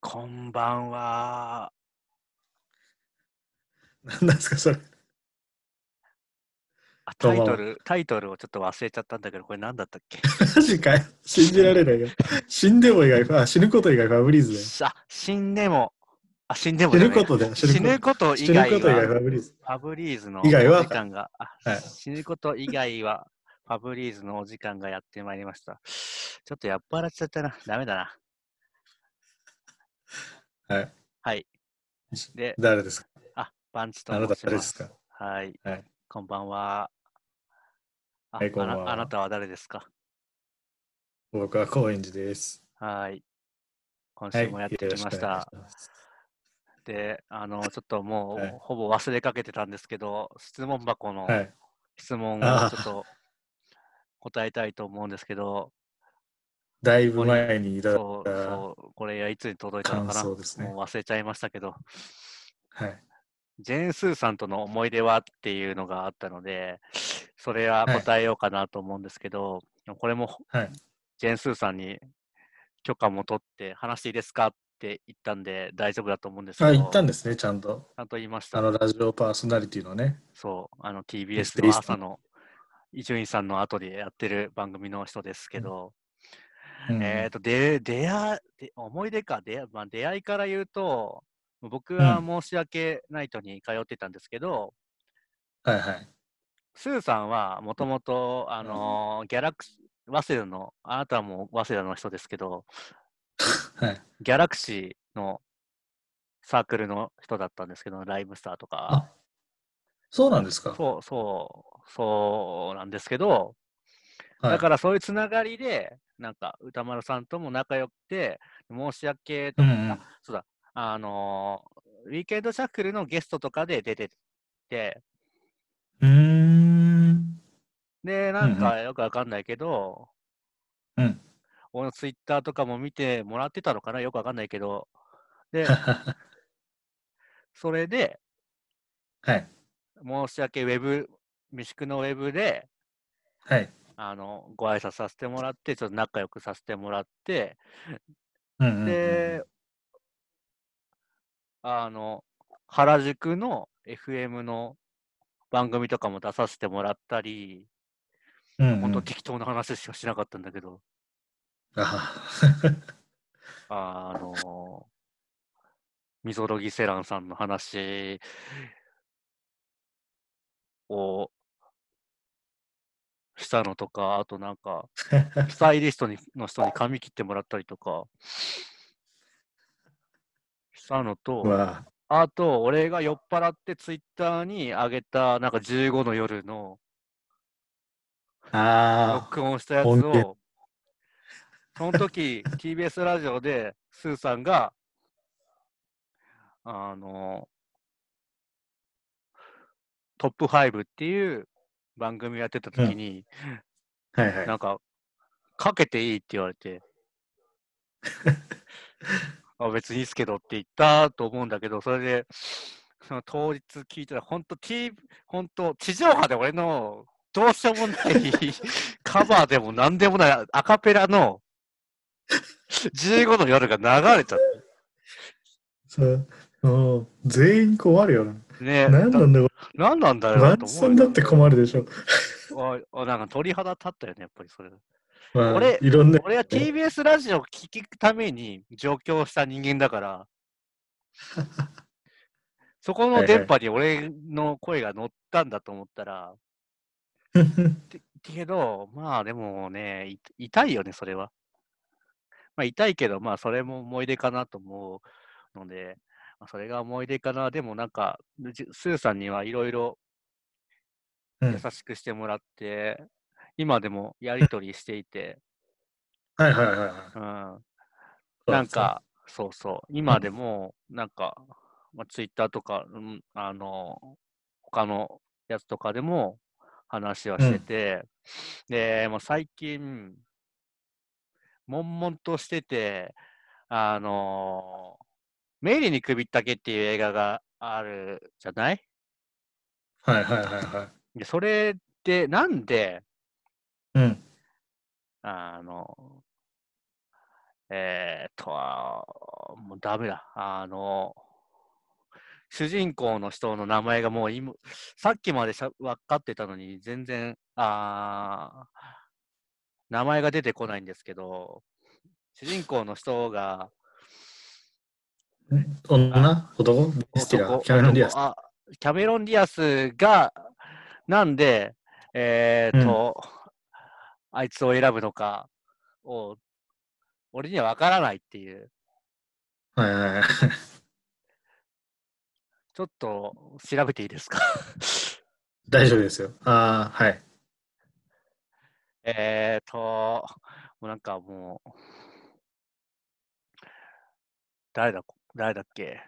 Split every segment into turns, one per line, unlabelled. こんばんは。
何 なんですか、それ。
あタ
どう
イ
も
トル、タイトルをちょっと忘れちゃったんだけど、これ何だったっ け
マジかよ。信じられないよ。死んでも以外、あ死ぬこと以外ファブリーズだよ。
さあ、死んでも、あ、死んでも
死
じゃ
ぬ
ない
ことだよ。
死ぬこと以
死ぬ
外
こと以外フ
は、
ァブリーズ。
ファブリーズのお
以
時
外は
間が、あ
はい
死ぬこと以外は、ファブリーズのお時間がやってまいりました。ちょっとやっぱらっちゃったな。ダメだな。
はい。
はい。で、
誰ですか
あ、バンチと
あなた
申し
誰
ま
です
す。
か
はい、
はい
こんばんは。あ
はいこんばんは
あなあなたは誰ですか
僕は高円寺です。
はい。今
は
週
い。
もやってきました。
よろくお願いします
で、あの、ちょっともう、
はい
ほぼ忘れかけてたんですけど、質問箱の
はい。
質問
あ
をち
ー
ょっと答えたいと思うんですけど、
だいぶ前にいただい
そう、
た
そう、これはいつに届いたの
感
かな、
想ですね
も。う忘れちゃいましたけど、
はい。
ジェーン・スーさんとの思い出はっていうのがあったので、それは答えようかなと思うんですけど、これも
はい。
ジェーン・スーさんに許可も取って、話していいですかって言ったんで、大丈夫だと思うんですけど、
あ、行ったんですね、ちゃんと。
ちゃんと言いました
あ。の、ラジオパーソナリティのね。
そう、あの
で
TBS
す
の朝の伊集院さんの後でやってる番組の人ですけど、
うん
えっ、と、で、出会い、で思い出か、出会,、まあ、出会いから言うと、僕は
う
申し訳ないとに通ってたんですけど、
はいはい。
スーさんはもともと、あのーギャラクシー、早稲田の、あなたはもう早稲田の人ですけど、
はい。
ギャラクシーのサークルの人だったんですけど、ライムスターとか。
あそうなんですか。
そうそう、そうなんですけど、
はい
だからそういうつながりで、なんか歌丸さんとも仲良くて、申し訳と
う
か、
んうん。
そうだ、あのーウィーケンドシャッフルのゲストとかで出てて、
うーん。
で、なんかよくわかんないけど、
うん
俺のツイッターとかも見てもらってたのかな、よくわかんないけど、で、
は
それで、
い。
申し訳ウェブ、三宿のウェブで、
はい。
あの、ご挨拶させてもらって、ちょっと仲良くさせてもらって、
うんうんうん
で、あの、原宿の FM の番組とかも出させてもらったり、
うんうん
本当適当な話しかしなかったんだけど、
あ
あの、みぞろぎセランさんの話をしたのとか、あとなんか、スタイリストにの人に髪切ってもらったりとか、したの と、
まあ、
あと、俺が酔っ払ってツイッターに上げた、なんか15の夜の
あ
録音したやつ
音源
を、その時、TBS ラジオで、スーさんが、あの、トップ5っていう番組やってた時に、
あ、はいはい。
なんか、かけていいって言われ て、あ別にいいっすけどって言ったと思うんだけど、それで、その当日聞いたら、本当、T、本当、地上波で俺のどうしようも ないカバーでもなんでもないアカペラの15の夜が流れちゃっ
そうもう全員困るよな。
てね、
何なんだこ
ななんなんだ
れ。
よ
ワ
なと
ン
思
さ
うん
だって困るでしょ。
る。ああなんか鳥肌立ったよね、やっぱりそれ。
まあ、
俺
いろんな。
俺は TBS ラジオを聴くために上京した人間だ から、そこの電波に俺の声が乗ったんだと思ったら、けど、まあでもね、い痛いよね、それは。まあ痛いけど、まあそれも思い出かなと思うので、まあ、それが思い出かな。でもなんか、じスーさんにはいろいろ
うん
優しくしてもらって、今でもやりとりしていて、
はいはいはいは
うん、
い。
なんか、そうそう、今でも、なんか、まあ、ツイッターとか、うん、あの、他のやつとかでも話はしてて、で、もう最近、悶々としてて、あの、メイリーに首ったけっていう映画があるじゃない
そう。はいはいはいは
で、それってなんで、
い。うん。
あの、えー、っと、あーもうダメだ。あの、主人公の人の名前がもう今、さっきまでしゃ分かってたのに、全然、あー名前が出てこないんですけど、主人公の人が、
女男ベンスティラー
男
キャメロン・ディアス。
男あキャメロン・ディアスが、なんで、えーっと、あいつを選ぶのかを、俺には分からないっていう。
はいはいはい。
ちょっと調べていいですか
大丈夫ですよ。ああ、はい。
えーと、もうなんかもう、誰だ、誰だっけ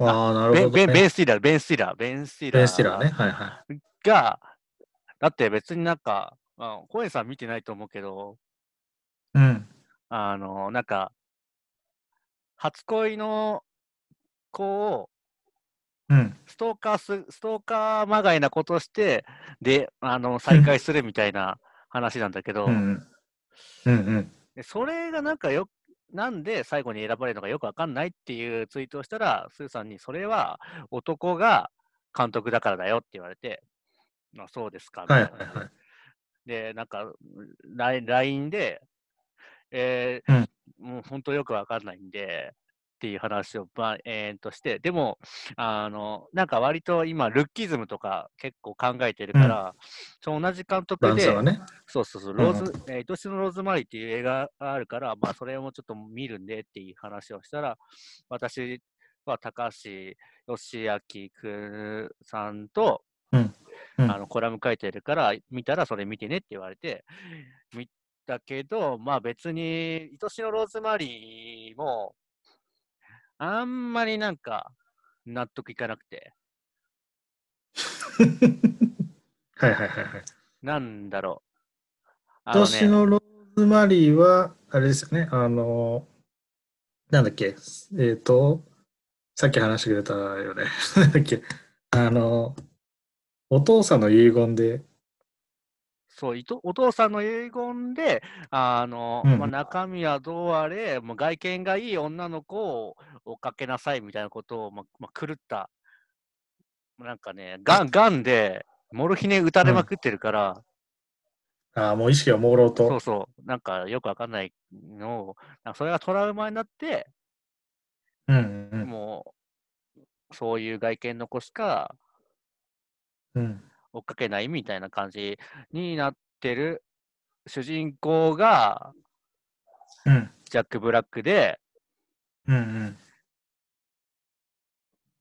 ああ、なる
ベ
ほ
ン
ど、ね。
ベンベンスティラー、ベンスティラー、ベンスティラー。
ベンスティラーね。はいは
が、だって別になんか、まあ、コエンさん見てないと思うけど、
い。うん。
あの、なんか、初恋の子を
うん。
ストーカーす、ストーカーまがいなことして、で、あの、再会するみたいな話なんだけど、
うん。うんうん。
でそれがなんかよなんで最後に選ばれるのかよくわかんないっていうツイートをしたら、スーさんに、それは男が監督だからだよって言われて、まあ、そうですかみ
は
た
い
い
は
な。
いはい。
で、なんか、ライン LINE で、え
うん
ーもう本当よくわかんないんで、っていう話をばえー、として、でも、あの、なんか割と今、ルッキズムとか結構考えてるから、その同じ監督
男
で、
性はね。
そうそうそう、
うんう
ロ
ん
ーズ、えー、愛しのローズマリーっていう映画があるから、まあ、それもちょっと見るんでっていう話をしたら、私は高橋義明くんさんと、
うんうん
あのコラム書いてるから、見たらそれ見てねって言われて、見たけど、まあ別に、愛しのローズマリーも、あんまりなんか、納得いかなくて、
はいはいはいはい。
なんだろう。あのね
私のローズマリーは、あれですよね、あの、なんだっけ、えっ、と、さっき話してくれたよね、 なんだっけ、あの、お父さんの遺言で、
そう、いとお父さんの遺言で、あの、
うん
まあ、中身はどうあれ、もう外見がいい女の子を追っかけなさいみたいなことを、まあまあ、狂った、なんかね、がん、がんで、モルヒネ打たれまくってるから、
ああ、もう意識が朦朧
そ
と
う、そう、なんかよくわかんないのを、なんかそれがトラウマになって、
うんうん
もう、そういう外見の子しか
うん、うん、
追っかけないみたいな感じになってる主人公が
うん、
ジャック・ブラックで、
うん、うん、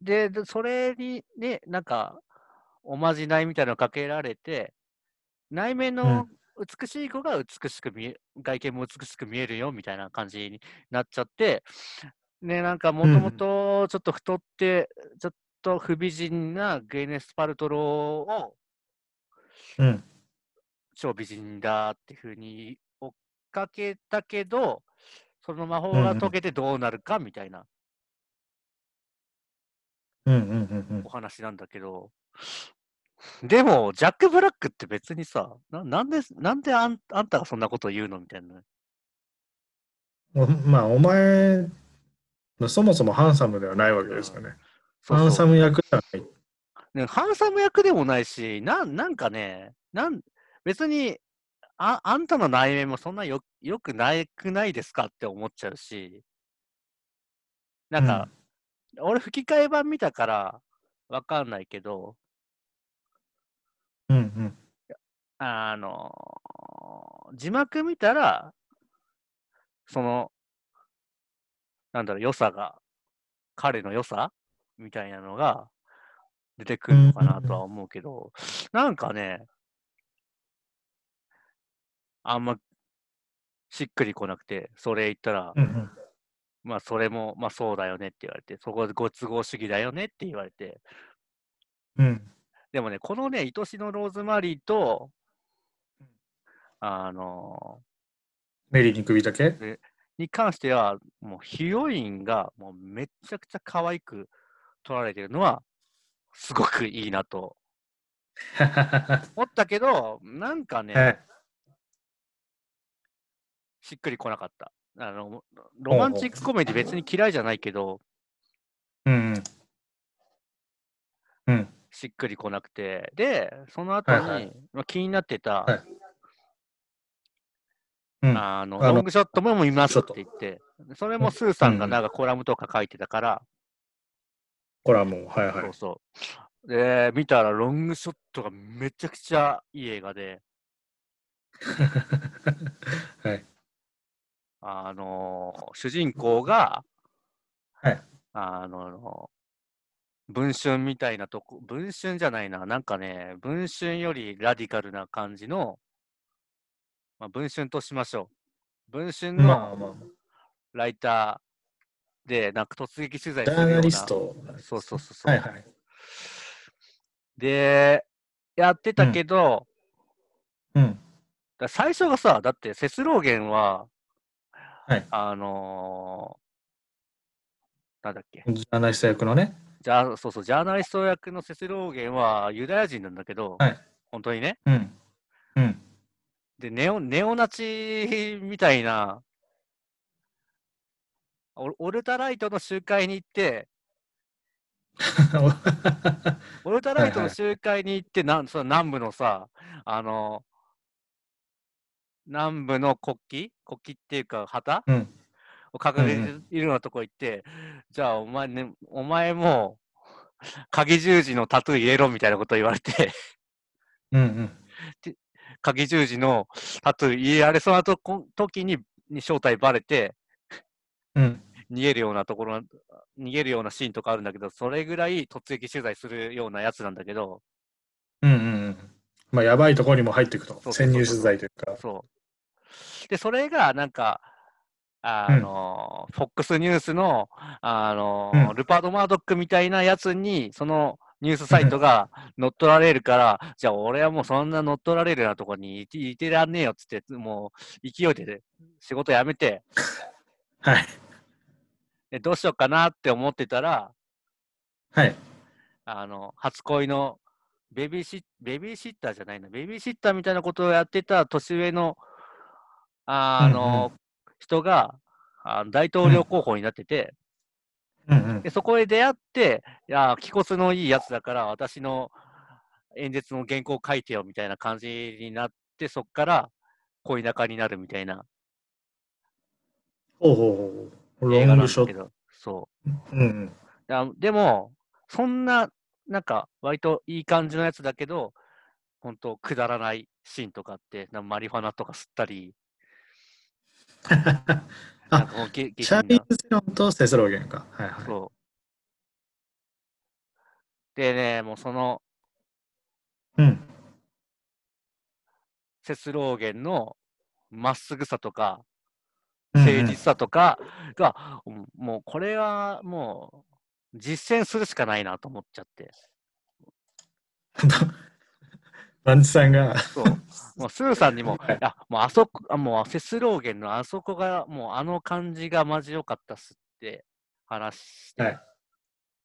で、でそれにね、なんか、おまじないみたいなのかけられて、内面の美しい子が美しく見え、外見も美しく見えるよみたいな感じになっちゃって、ね、なんかもともとちょっと太って、ちょっと不美人なグエネス・パルトロを
うん、
超美人だっていうふうに追っかけたけど、その魔法が解けてどうなるかみたいな
うん、うん、うん
お話なんだけど、でも、ジャック・ブラックって別にさ、ななんで、なんであんあんたがそんなこと言うのみたいな。
うんおまあ、お前、そもそもハンサムではないわけですよね。
そうそう
ハンサム役じゃない。
ねハンサム役でもないし、なんなんかね、なん別にあ、あんたの内面もそんなよよくないくないですかって思っちゃうし、なんか、俺吹き替え版見たからわかんないけど、
うん、うん、
あの字幕見たら、その、なんだろう、良さが、彼の良さみたいなのが出てくるのかなとは思うけど、なんかね、あんましっくりこなくて、それ言ったら、
うん、うん。
まあそれも、まあそうだよねって言われて、そこでご都合主義だよねって言われて、
うん
でもね、このね、愛しのローズマリーと
うん、
あの
メリーに首だけ
に関しては、もうヒロインがもうめちゃくちゃ可愛く撮られてるのは、すごくいいなと思ったけど、なんかね、
はい。
しっくりこなかった。あの、ロマンチックコメディ別に嫌いじゃないけど、
うん。うん。
しっくりこなくて、で、その後に、
はいはい
まあ気になってた、
はいうん。
あの、
あの
ロングショットも見ますって言って、それもスーさんが
うん
なんかコラムとか書いてたから、
コラムを、はいは
そう
い。
そう。で、見たらロングショットがめちゃくちゃいい映画で、
はい。
あのー主人公が、
はい
あのー文春みたいなとこ、文春じゃないな、なんかね、文春よりラディカルな感じの、まあ、文春としましょう。文春
ま
の
あまあ、
ライターで、なんか突撃取材
ジ
す
ャ
るよう
ー
な。
ナリスト。
そうそうそうそう。
はいはい。
で、やってたけど、
うん。
だ最初がさ、だってセスローゲンは、
はい
あのーなんだっけ、
ジャーナリスト役のね。
じゃあそうそう、ジャーナリスト役のセスローゲンはユダヤ人なんだけど、
はい
本当にね。
うん。うん。
で、ネオネオナチみたいな、オルオルタライトの集会に行って、オルタライトの集会に行って、なんその南部のさ、あの南部の国旗国旗っていうか旗
うん。
を掲げ
うん
ているようなとこ行って、じゃあお前ね、お前も、鍵十字のタトゥー入れろみたいなこと言われて、
うんうん。
鍵十字のタトゥー入れられそうなとこ時にに正体バレて、
うん。
逃げるようなところな、逃げるようなシーンとかあるんだけど、それぐらい突撃取材するようなやつなんだけど、
うんうんうん。まあ、やばいところにも入っていく
そ
と。
うそう
潜
そう
入取材というか。
そう。で、それがなんか、あの、FOX ニュースの、あの、
うん
ルパード・マードックみたいなやつに、そのニュースサイトが乗っ取られるから、じゃあ俺はもうそんな乗っ取られるようなとこにいていてらんねえよっつって、もう勢いで仕事辞めて、
はい。
でどうしようかなって思ってたら、
はい。
あの、初恋のベビーシッ、ベビーシッターじゃないな、ベビーシッターみたいなことをやってた年上の、ああ
うんう
の、人が、あの大統領候補になってて、
うんうん
で。そこへ出会って、いやー、気骨のいいやつだから、私の演説の原稿を書いてよみたいな感じになって、そこから恋仲になるみたいな
ほうほうほう。
映
ロ
画
ン
なんで
グシ
す
ョッ
け
ト。
ど、そ
うんうん。
う。あでも、そんな、なんか、割といい感じのやつだけど、本当くだらないシーンとかあって、なんかマリファナとか吸ったり、
あ
なんかもうげ
シャー
下
リ
品
ーズ・セロンとセスローゲンか。はい
な
はい。
そう。でね、もうその、
うん。
セスローゲンのまっすぐさとか、
うんうん
誠実さとかが、うんもうこれはもう実践するしかないなと思っちゃって。
バンチさんが、
そう。もうスーさんにも、
は
い
い
や、もうあそこ、あもうセスローゲンのあそこが、もうあの感じがマジ良かったっすって話して。
はい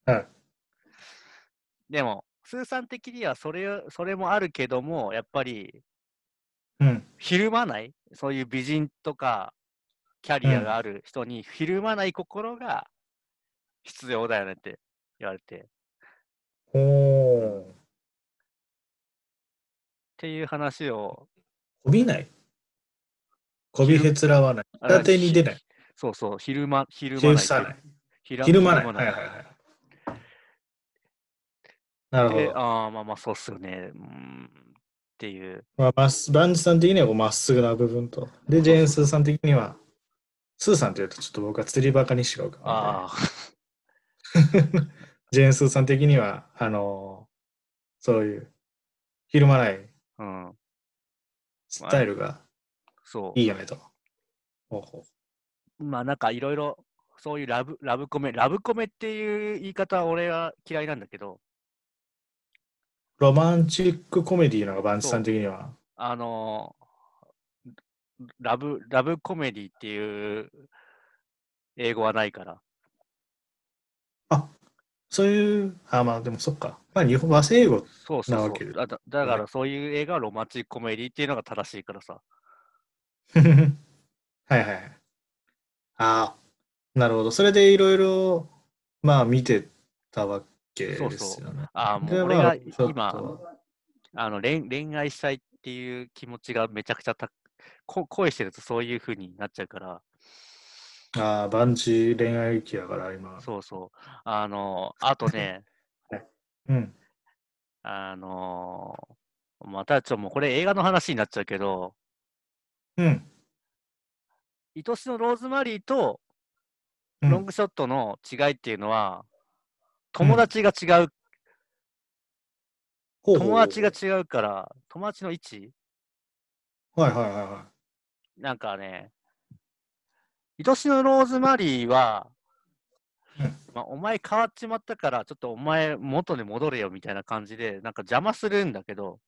はい
でも、スーさん的にはそれ、それもあるけども、やっぱり、
うん。
ひるまない、そういう美人とか、キャリアがある人にひるまない心が必要だよねって言われて、っ
おお。
ていう話を、
こびない。こびへつらわない。
あ
片手に出ない。
そうそう、ひるま、ひるま
ひ
ない
る
って
さない。
ひら
ひるまない。
ひる
はいはいはい。なるほ
で
ど。
ああ、まあまあ、そうっすよね。うん、っていう。
まあ、まっすバンチさん的にはこうまっすぐな部分と。で、ジェーン・スーさん的には、スーさんというとちょっと僕は釣りバカにしようかな。
ああ、
ジェーン・スーさん的には、あのーそういう、ひるまない
うん、
スタイルが
そう
い。いよねと。ほうほう
まあなんかいろいろそういうラブラブコメラブコメっていう言い方は俺は嫌いなんだけど
ロマンチックコメディーのがバンチさん的には。
あのーラブラブコメディっていう英語はないから
そういう、あ、まあでもそっか。まあ日本、和製英語。
そうそうそ
なわ
う
けで
だだだからそういう映画はロマンチックコメディっていうのが正しいからさ
はいはいはい。ああ、なるほど。それでいろいろ、まあ見てたわけですよね。
そうそああ、もう
で
俺
ま
が
あちょっと
今、あの恋恋愛したいっていう気持ちがめちゃくちゃたこ恋してるとそういう風になっちゃうから、
ああ、バンジー恋愛期やから、今。
そうそう。あの、あとね、
うん。
あのまたちょっともうこれ映画の話になっちゃうけど、
うん。
愛しのローズマリーと
うん
ロングショットの違いっていうのは、友達が違う、
ほうほうほ
友
う
達が違うから、友達の位置
はいはいはいは
なんかね、愛しのローズマリーは、
うん
まあ、お前変わっちまったから、ちょっとお前元に戻れよみたいな感じで、なんか邪魔するんだけど、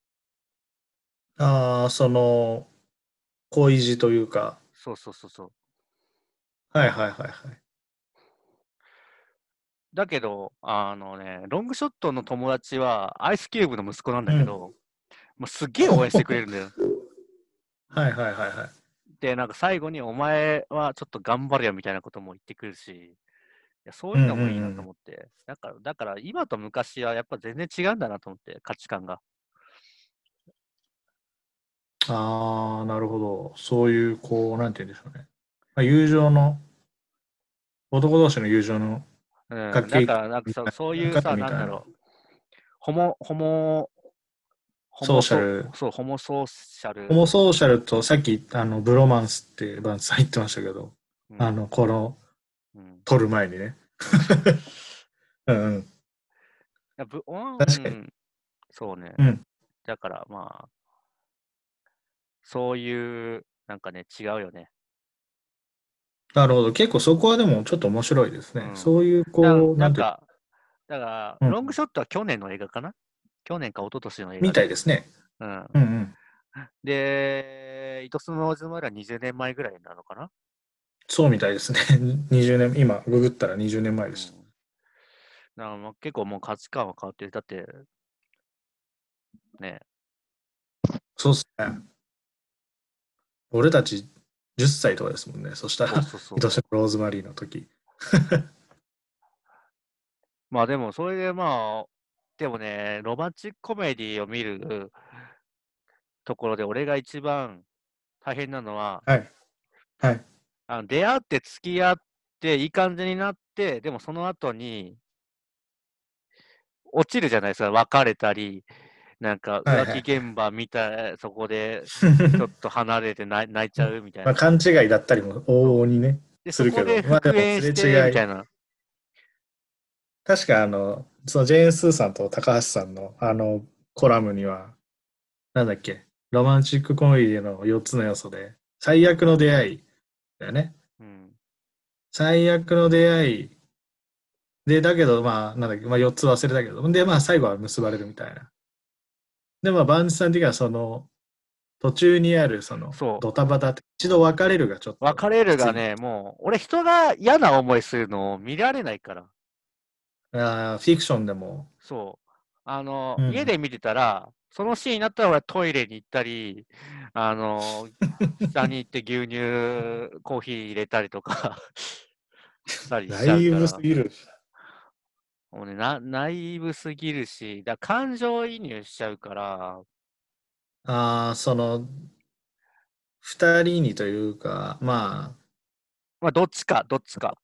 い。ああ、その、恋路というか。
そうそうそうそう。
はいはいはいはい。
だけど、あのね、ロングショットの友達はアイスキューブの息子なんだけど、もうすっげえ応援してくれるんだよ。
はいはいはいはい。
で、なんか最後にお前はちょっと頑張れよみたいなことも言ってくるし、いやそういうのもいいなと思って、だから、だから今と昔はやっぱ全然違うんだなと思って、価値観が。
ああ、なるほど。そういう、こう、なんて言うんでしょうね。まあ、友情の、男同士の友情の、
うん、だ
か
か
け
ら、なんかそ
みたいな
そういう
か
さ、
けみ
な
たい
ん
な
だろう、ホモ、ホモ、ホ
ソー
モ
シャル
そう、ホモソーシャル。
ホモソーシャルと、さっき、あの、ブロマンスってバンツさん言ってましたけど、
うん
あの、この、
うん
撮る前にね。 うんうん。
いやぶうん
確かに
うんそうね。
うん
だからまあ、そういう、なんかね、違うよね。
なるほど。結構そこはでもちょっと面白いですね。
うん
そういう、こ
だな
う、なんんていう
か、だから、
うん
ロングショットは去年の映画かな去年か一昨年の映画で。
みたいですね。
うん。
うんうん。
で、イトスのローズマリーは20年前ぐらいなのかな
そうみたいですね。20年、今、ググったら20年前でした。
うんだからもう結構もう価値観は変わってる。だ って、ね、
そうっすね。俺たち10歳とかですもんね。そした
そう
ら、
そうそう。
愛しのローズマリーの時。
まあでも、それでまあ、でもね、ロマンチックコメディを見るところで、俺が一番大変なのは、
はい。はい。
あの出会って付き合って、いい感じになって、でもその後に、落ちるじゃないですか、別れたり、なんか
はいはい
浮気現場見た、そこでちょっと離れて泣い泣いちゃうみたい
ま
な
あ、。勘違いだったりも往々にね。
で、そ
する
こ
けど
で
まあで
復
も
縁
すれ
して
違い
みたいな。
確かあの、そのジェーン・スーさんと高橋さんのあのコラムには、なんだっけ、ロマンチックコメディの4つの要素で、最悪の出会いだよね。
うん。
最悪の出会いで、だけど、まあ、なんだっけ、まあ4つ忘れたけど、で、まあ最後は結ばれるみたいな。で、まあ、バンジさん的にはその、途中にあるその
そう
ドタバタって一度別れるがちょっと
別れるがね、もう、俺人が嫌な思いするのを見られないから。
あーフィクションでも
そう。あの、
うん
家で見てたら、そのシーンになったら俺はトイレに行ったり、あの、下に行って牛乳、コーヒー入れたりとか、したりしちゃ
だいうぶ
か
す
ら。
ぎる
もうね、な、ナイブすぎるし、だから感情移入しちゃうから、
ああ、その、二人にというか、まあ、
まあ、どっちか、どっちか。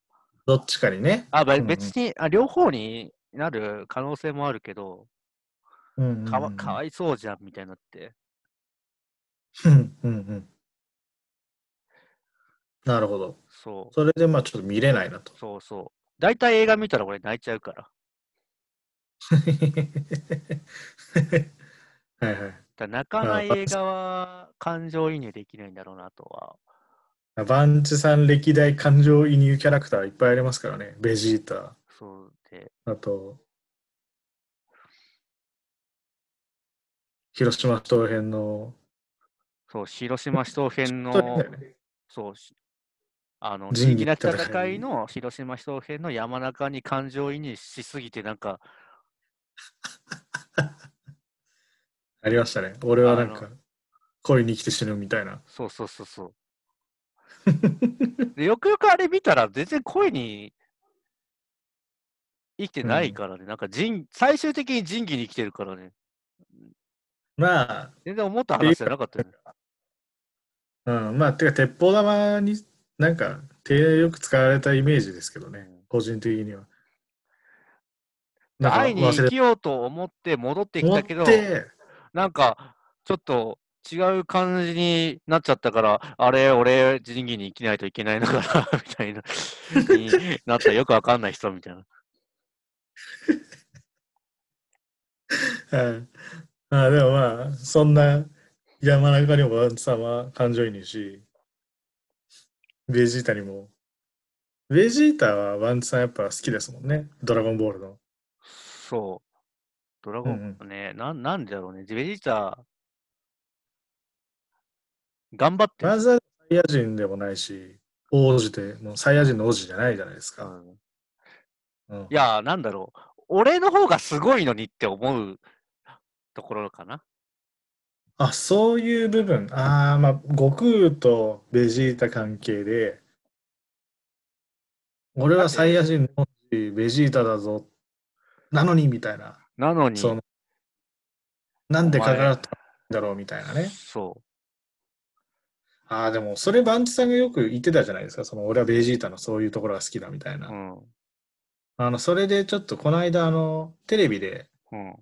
どっちかにね。
あ、べ
うんうん
別に、あ、両方になる可能性もあるけど、
うん
かわ、か
い
わいそうじゃん、みたいになって。
い。 うんうんうん。なるほど。
そう。
それでまあちょっと見れないなと。
そうそう。大体映画見たら俺泣いちゃうから。
はいはい
だから泣か
あ
ない
バ
映画は感情移入できないんだろうなとは。。
バンチさん歴代感情移入キャラクターいっぱいありますからね。ベジータ、
そうで、
あと、広島東編の、
そう、広島市東編
そうだ
の
よ、ね
そうし、あの、地
仁義
域なき
戦い
戦いの広島市東編の山中に感情移入しすぎて、なんか、
ありましたね。俺はなん
あ
か、恋に来て死ぬみたいな。
そうそうそうそう。でよくよくあれ見たら、全然声に生きてないからね、なんか人最終的に仁義に生きてるからね、
ま
全然思った話じゃなかったよね。
あ、うん、まあ、てか、鉄砲玉に、なんか、手よく使われたイメージですけどね、個人的には。なんか
会いに
忘
生
れ
きようと思って戻ってき
持
た
っ
けど、
て、
なんかちょっと違う感じになっちゃったから、あれ、俺、仁義に生きないといけないのかなみたい な、になったよくわかんない人みたいな。
はい。まあでもまあ、そんな山中にも様感情移入し、ベジータにも。ベジータはワンツさんやっぱ好きですもんね。ドラゴンボールの。
そう。ドラゴン
う
ね、なん、なんでだろうね。ベジータ、頑張ってる
まずはサイヤ人でもないし、王子で、もうサイヤ人の王子じゃないじゃないです
う
か。
ん
うん
いや、なんだろう。俺の方がすごいのにって思うところかな。
あ、そういう部分。ああ、まあ、悟空とベジータ関係で、俺はサイヤ人の王子、ベジータだぞ。なのに、みたいな。
なのに、
そのなんで
お
か
前
かったんだろうみたいなね。
そう。
ああ、でもそれバンチさんがよく言ってたじゃないですか。その俺はベジータのそういうところが好きだみたいな。
うん。
あの、それでちょっとこの間、あの、テレビで
うん。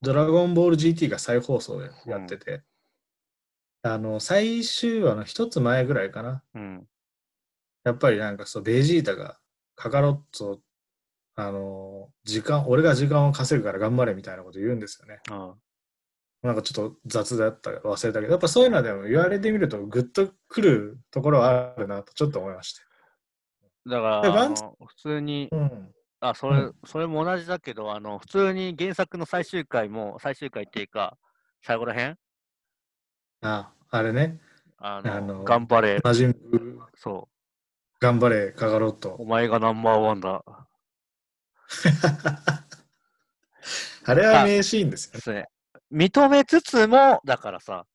ドラゴンボール GT が再放送でやってて、あの、最終話の一つ前ぐらいかな。
うん。
やっぱりなんかそう、ベジータがカカロッツを、あの、時間、俺が時間を稼ぐから頑張れみたいなこと言うんですよね。
うん。
なんかちょっと雑だった忘れたけど、やっぱそういうのはでも言われてみると、グッとくるところはあるなとちょっと思いました。
だから、
で
あ
ワン
の普通に、
うん。
あ、それ、
うん
それも同じだけど、あの、普通に原作の最終回も、最終回っていうか、最後らへん
あ、あれね、
あの、
あの
頑張れ、
魔人ブ
そ
頑張れ、カガロッ
う、
ト
お。前がナンバーワンだ。
あれは名シーンですよ
で
ね。
すね。認めつつも、だからさ、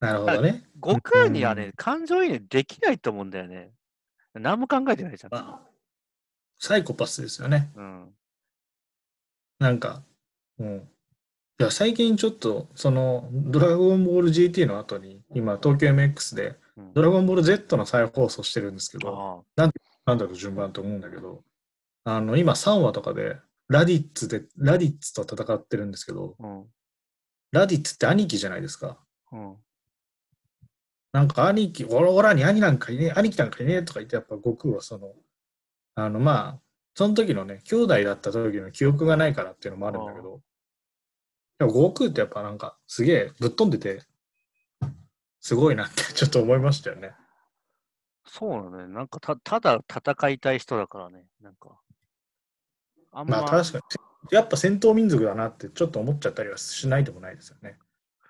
なるほどね。
悟空には
う
ね、感情移入できないと思うんだよね。何も考えてないじゃん。
まあサイコパスですよね。
うん。
なんか、うん。いや、最近ちょっと、その、ドラゴンボール GT の後に、今、東京 MX で、
うん
ドラゴンボール Z の再放送してるんですけど、
あ
なんだろう順番と思うんだけど、あの、今3話とかで、ラディッツで、ラディッツと戦ってるんですけど、
あ、うん。
ラディッツって兄貴じゃないですか。
うん。
なんか兄貴、オラオラに兄なんかいねえ、兄貴なんかいねえとか言って、やっぱ悟空はその、あの、まあ、その時のね、兄弟だった時の記憶がないからっていうのもあるんだけど、でも悟空ってやっぱなんか、すげえぶっ飛んでて、すごいなって ちょっと思いましたよね。
そうなのね。なんかた、ただ戦いたい人だからね。なんか。あんま、
まあ確かに、やっぱ戦闘民族だなってちょっと思っちゃったりはしないでもないですよね。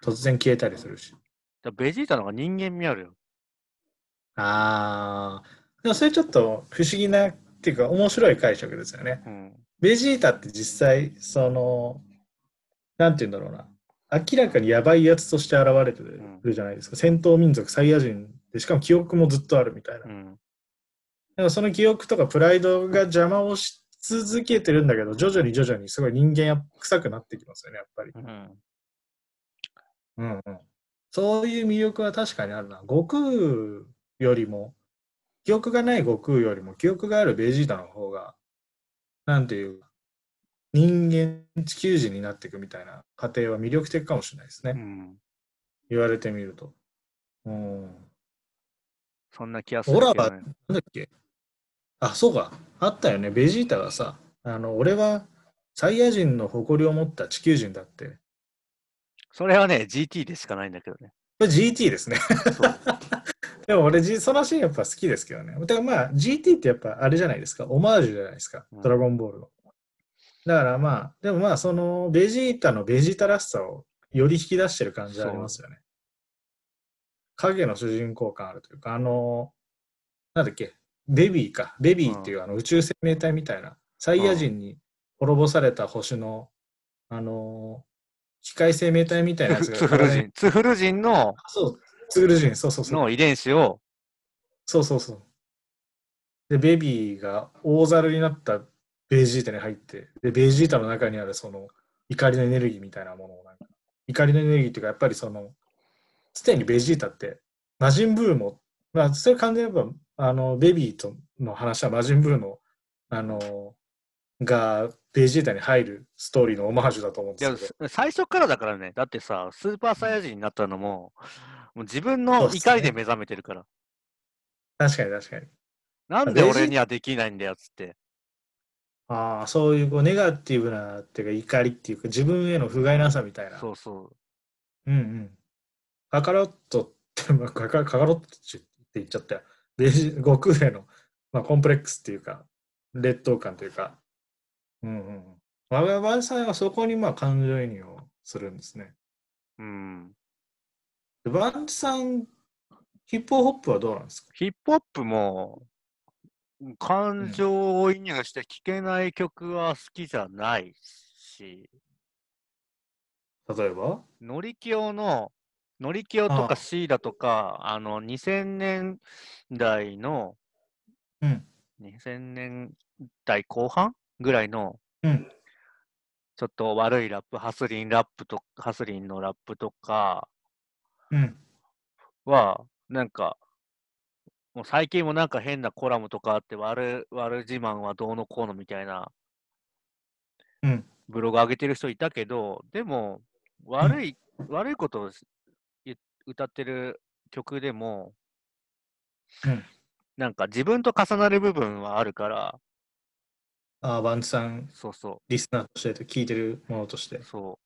突然消えたりするし。
だベジータの方が人間味あるよ。
あー、でもそれちょっと不思議なっていうか面白い解釈ですよね。
うん。
ベジータって実際、その、なんて言うんだろうな。明らかにやばいやつとして現れてるじゃないですか。戦闘民族、サイヤ人で、しかも記憶もずっとあるみたいな
う。ん。
でもその記憶とかプライドが邪魔をし続けてるんだけど、徐々に徐々にすごい人間や臭くなってきますよね、やっぱり。
うん。
うんうんそういう魅力は確かにあるな。悟空よりも、記憶がない悟空よりも、記憶があるベジータの方が、なんていうか、人間、地球人になっていくみたいな過程は魅力的かもしれないですね。
うん。
言われてみると。うん。
そんな気がする
オラ
けど
は
ね。
なんだっけあ、そうか。あったよね。ベジータがさ、あの、俺はサイヤ人の誇りを持った地球人だって。
それはね、GT でしかないんだけどね。
これ GT ですね。 でも俺、G- そのシーンやっぱ好きですけどね。だからまあ GT ってやっぱあれじゃないですか。オマージュじゃないですか
うん。
ドラゴンボールの。だからまあ、でもまあそのベジータのベジータらしさをより引き出してる感じありますよね。影の主人公感あるというか、あの、なんだっけ、ベビーか。ベビーっていうあの宇宙生命体みたいな、サイヤ人に滅ぼされた星の、あの、機械生命体みたいなやつ
ツ
が
フル人。ツフル人の
そう、スグルジン、そうそうそう。
の遺伝子を、
そうそうそう。で、ベビーが大猿になったベジータに入って、で、ベジータの中にあるその怒りのエネルギーみたいなものをなんか、怒りのエネルギーっていうか、やっぱりその、すでにベジータって、魔人ブーも、まあ、そういう感じでやっぱ、あの、ベビーとの話は魔人ブーの、あの、がベジータに入るストーリーのオマージュだと思うん
い
です
や
けど。
最初からだからね、だってさ、スーパーサイヤ人になったのも、もう自分
そう
の
っすね
怒りで目覚めてるから、
確かに確かに。
なんで俺にはできないんだよっつって。
ああ、そういうこうネガティブなっていうか怒りっていうか自分への不甲斐なさみたいな。
そうそう。
うんうん。カカロットって、まあ、カカカカロットって言っちゃったよ。で悟空への、まあ、コンプレックスっていうか、劣等感というか。うんうんうん。我々バンサイはそこにまあ感情移入をするんですね。
うん。
でバンさん、ヒップホップはどうなんですか
ヒップホップも、感情を移入して聴けない曲は好きじゃないし、
例えば
ノリキオの、ノリキオと
ああ
かシーダとか、あの、2000年代の、
うん。
2000年代後半ぐらいの、
うん
ちょっと悪いラップ、ハスリンラップと、ハスリンのラップとか
うん。
は、なんか、もう最近もなんか変なコラムとかあって、悪、悪自慢はどうのこうのみたいな、
うん
ブログ上げてる人いたけど、でも、悪い、悪いことをし言歌ってる曲でも、
うん
なんか自分と重なる部分はあるから、
あーバンさん、
そうそ
リスナーとして、聞いてるものとして
う、。そ